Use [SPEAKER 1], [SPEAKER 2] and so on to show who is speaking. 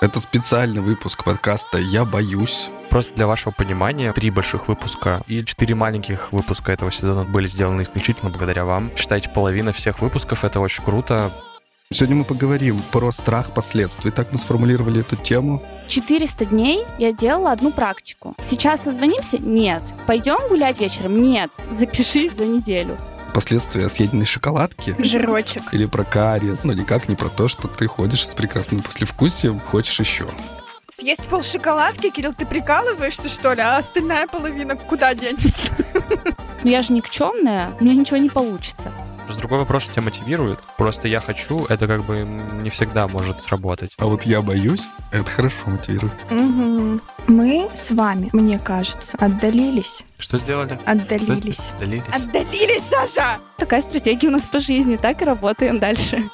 [SPEAKER 1] Это специальный выпуск подкаста «Я боюсь».
[SPEAKER 2] Просто для вашего понимания, три больших выпуска и четыре маленьких выпуска этого сезона были сделаны исключительно благодаря вам. Считайте, половина всех выпусков, это очень круто.
[SPEAKER 1] Сегодня мы поговорим про страх последствий. Так мы сформулировали эту тему.
[SPEAKER 3] 400 дней я делала одну практику. Сейчас созвонимся? Нет. Пойдем гулять вечером? Нет. Запишись за неделю.
[SPEAKER 1] Последствия съеденной шоколадки
[SPEAKER 4] Жирочек.
[SPEAKER 1] или про кариес, но никак не про то, что ты ходишь с прекрасным послевкусием, хочешь еще.
[SPEAKER 4] Съесть пол шоколадки, Кирилл, ты прикалываешься, что ли? А остальная половина куда денется?
[SPEAKER 3] Но Ну, я же никчемная, у меня ничего не получится.
[SPEAKER 2] С другой вопрос, что тебя мотивирует. Просто я хочу, это как бы не всегда может сработать.
[SPEAKER 1] А вот «Я боюсь» — это хорошо мотивирует.
[SPEAKER 5] Мы с вами, мне кажется, отдалились.
[SPEAKER 2] Что сделали?
[SPEAKER 5] Отдалились.
[SPEAKER 2] Отдалились.
[SPEAKER 4] Отдалились, Саша!
[SPEAKER 3] Такая стратегия у нас по жизни, так и работаем дальше.